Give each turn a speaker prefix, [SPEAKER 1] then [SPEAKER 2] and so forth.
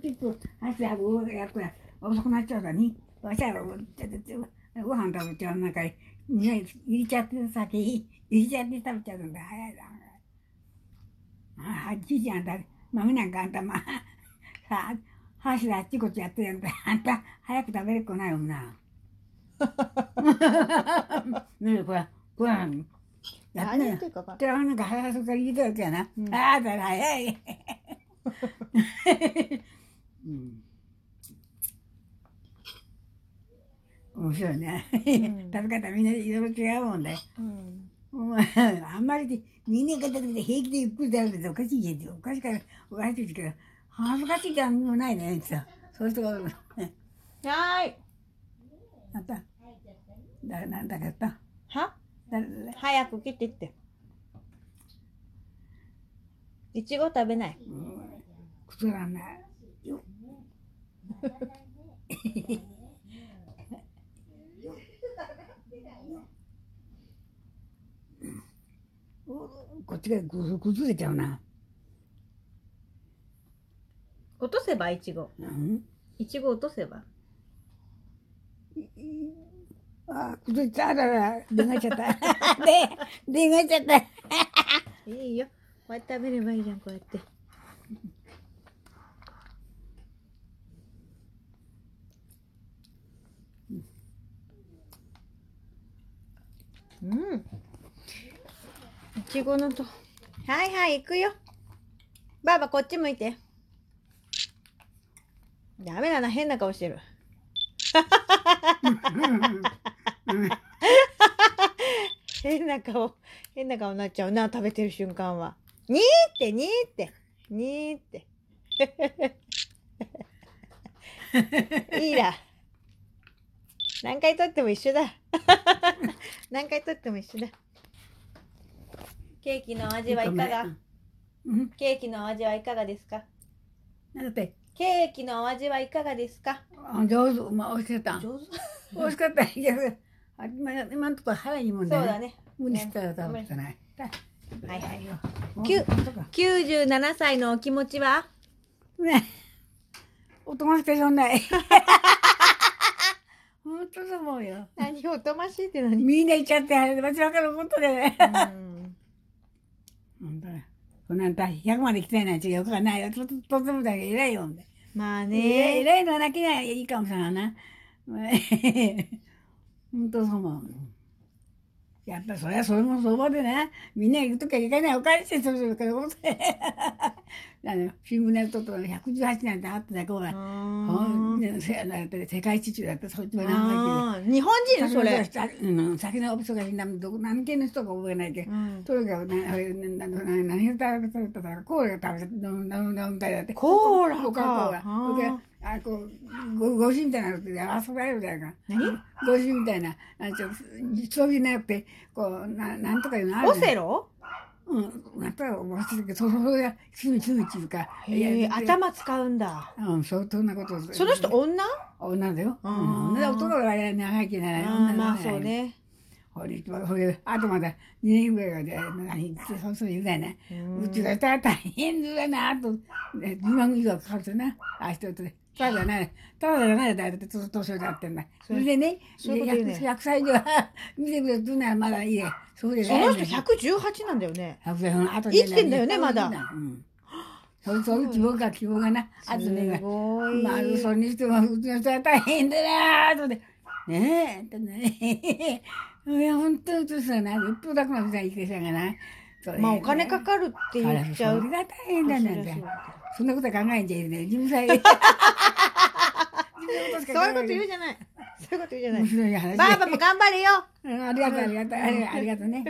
[SPEAKER 1] 結構朝やるやっら遅くなっちゃうだに、わしゃろ、ちょっとご飯食べちゃうなんか、入れちゃって先、入れちゃって食べちゃうんだ、早いだ。あ、じいちゃんだ、豆なんかあん たま、さあ、箸であっちこっちやってるんだ、あんた早く食べれっこないもんな。 ねえ、これ、これ、やってな
[SPEAKER 2] 何言っ
[SPEAKER 1] い
[SPEAKER 2] て。るか分かんない
[SPEAKER 1] 寺の中早くから言うとるけどな、
[SPEAKER 2] うん
[SPEAKER 1] ああだから早い、 うん、面白いね、
[SPEAKER 2] ん
[SPEAKER 1] 食べ方みんないろいろ違うもんね
[SPEAKER 2] うん
[SPEAKER 1] お前あんまりで人間方で平気でゆっくり食べるっておかしいじゃんおかしいからおかしいけど恥ずかしいじゃんもないねってさそういう人がおるね
[SPEAKER 2] はーい
[SPEAKER 1] あっただなんだかやった
[SPEAKER 2] は
[SPEAKER 1] だ
[SPEAKER 2] 早く来てっていちご食べない
[SPEAKER 1] うんくつらないよ。こっちがぐ崩れちゃうな。
[SPEAKER 2] 落とせばいちご
[SPEAKER 1] うん、
[SPEAKER 2] いちご落とせば
[SPEAKER 1] あ崩れちゃったら出がいちゃった。で出がいちゃった。
[SPEAKER 2] いいよこうやって食べればいいじゃんこうやってうんいちごのとはいはい行くよばあばこっち向いてダメだな変な顔してる変な顔変な顔になっちゃうな食べてる瞬間はにーってにーってにー っていいだ何回撮っても一緒だ 何回撮っても一緒だケーキの味はいかが
[SPEAKER 1] うん、
[SPEAKER 2] ケーキのお味はいかがですか
[SPEAKER 1] なんだって、
[SPEAKER 2] ケーキのお味はいかがですか
[SPEAKER 1] あ上手、まあ、美味しかった。
[SPEAKER 2] 上手
[SPEAKER 1] 美味しかった。いや、あ今今のところ腹いいも
[SPEAKER 2] そうん
[SPEAKER 1] ね。
[SPEAKER 2] だね
[SPEAKER 1] 無理したら食べてない。
[SPEAKER 2] はいはい
[SPEAKER 1] もう
[SPEAKER 2] きゅ
[SPEAKER 1] そうか
[SPEAKER 2] 97歳のお気持 ちは
[SPEAKER 1] ねおとなしくそん ない。本当だもんよ。
[SPEAKER 2] 何おとましいっ て何
[SPEAKER 1] みんな行っちゃって、街の中のことでね。
[SPEAKER 2] うん
[SPEAKER 1] 本当だ。こんなんた100まで来てない違うからないよ。とととてもだけど偉いよ。
[SPEAKER 2] まあ
[SPEAKER 1] ねえ、偉
[SPEAKER 2] ね
[SPEAKER 1] いのはだけにはいいかもしれないな。 本当そう思う。やっぱそりゃそれも相場でね、みんな行くときはいかないおかしいそれぞれから思って。あの新聞ネットと118なんてあってたこう
[SPEAKER 2] う
[SPEAKER 1] が、ほん
[SPEAKER 2] ん
[SPEAKER 1] でせあのだって世界一中だったそっちも何だっ
[SPEAKER 2] あー日本
[SPEAKER 1] け
[SPEAKER 2] 人それ、
[SPEAKER 1] うん、先の人がどこ何県の人か覚えないけど
[SPEAKER 2] うん、
[SPEAKER 1] とにかくなあれななな何を食べた食べたコーラが食べた飲む飲む飲むみたいだって
[SPEAKER 2] コーラか
[SPEAKER 1] コカコーラ
[SPEAKER 2] あー
[SPEAKER 1] それからあこうごごしみたいなのって遊ばれるじゃないか
[SPEAKER 2] 何
[SPEAKER 1] ごしみたいなあちょそういうなくてこうななんとかいうのある
[SPEAKER 2] オ
[SPEAKER 1] じゃない
[SPEAKER 2] セロ
[SPEAKER 1] うんなんとか忘れたけどそそれがチューチューチューかいや
[SPEAKER 2] へえ頭使うんだ
[SPEAKER 1] うん相当なことを
[SPEAKER 2] その人女
[SPEAKER 1] 女だよ、う
[SPEAKER 2] あー
[SPEAKER 1] ん、女だ男は長生きならない
[SPEAKER 2] あ
[SPEAKER 1] 女
[SPEAKER 2] ー
[SPEAKER 1] だ
[SPEAKER 2] まあそうね
[SPEAKER 1] ほれほれあとまだ2年ぐらいで何そうそう言うだよねうちが大変だな、あと、ね、2万以上かかるとな、ああ人とね。ただじゃない、ただじゃない、だって、年年をだってんだ。それでね、
[SPEAKER 2] そういうこと言うね
[SPEAKER 1] 100歳以上は、見てくれるならまだいいや。そうで
[SPEAKER 2] その人118なんだよね
[SPEAKER 1] 100歳の後
[SPEAKER 2] 生きてんだよねまだ
[SPEAKER 1] うん。そうそういう希望が、希望がな、あとね
[SPEAKER 2] す、ごい、
[SPEAKER 1] まあ、それにしても、うちの人は大変だなぁ、とで。ねえ、とね。いや、本当にそうだな。一歩だけの時代生きてきたからな。それ
[SPEAKER 2] まあお金かかるって言っちゃう
[SPEAKER 1] それが大変だなんだよ
[SPEAKER 2] そうそう
[SPEAKER 1] そんなことは考えんじゃいけない自分 さえ自分のこ
[SPEAKER 2] そ
[SPEAKER 1] と
[SPEAKER 2] う
[SPEAKER 1] しか
[SPEAKER 2] そう
[SPEAKER 1] 考えな
[SPEAKER 2] いうこと言うじゃないそういうこと言うじゃな
[SPEAKER 1] 面
[SPEAKER 2] い
[SPEAKER 1] 白い話
[SPEAKER 2] ばあばも頑張れよ
[SPEAKER 1] うんありがとうありがとうありがとうありがとうね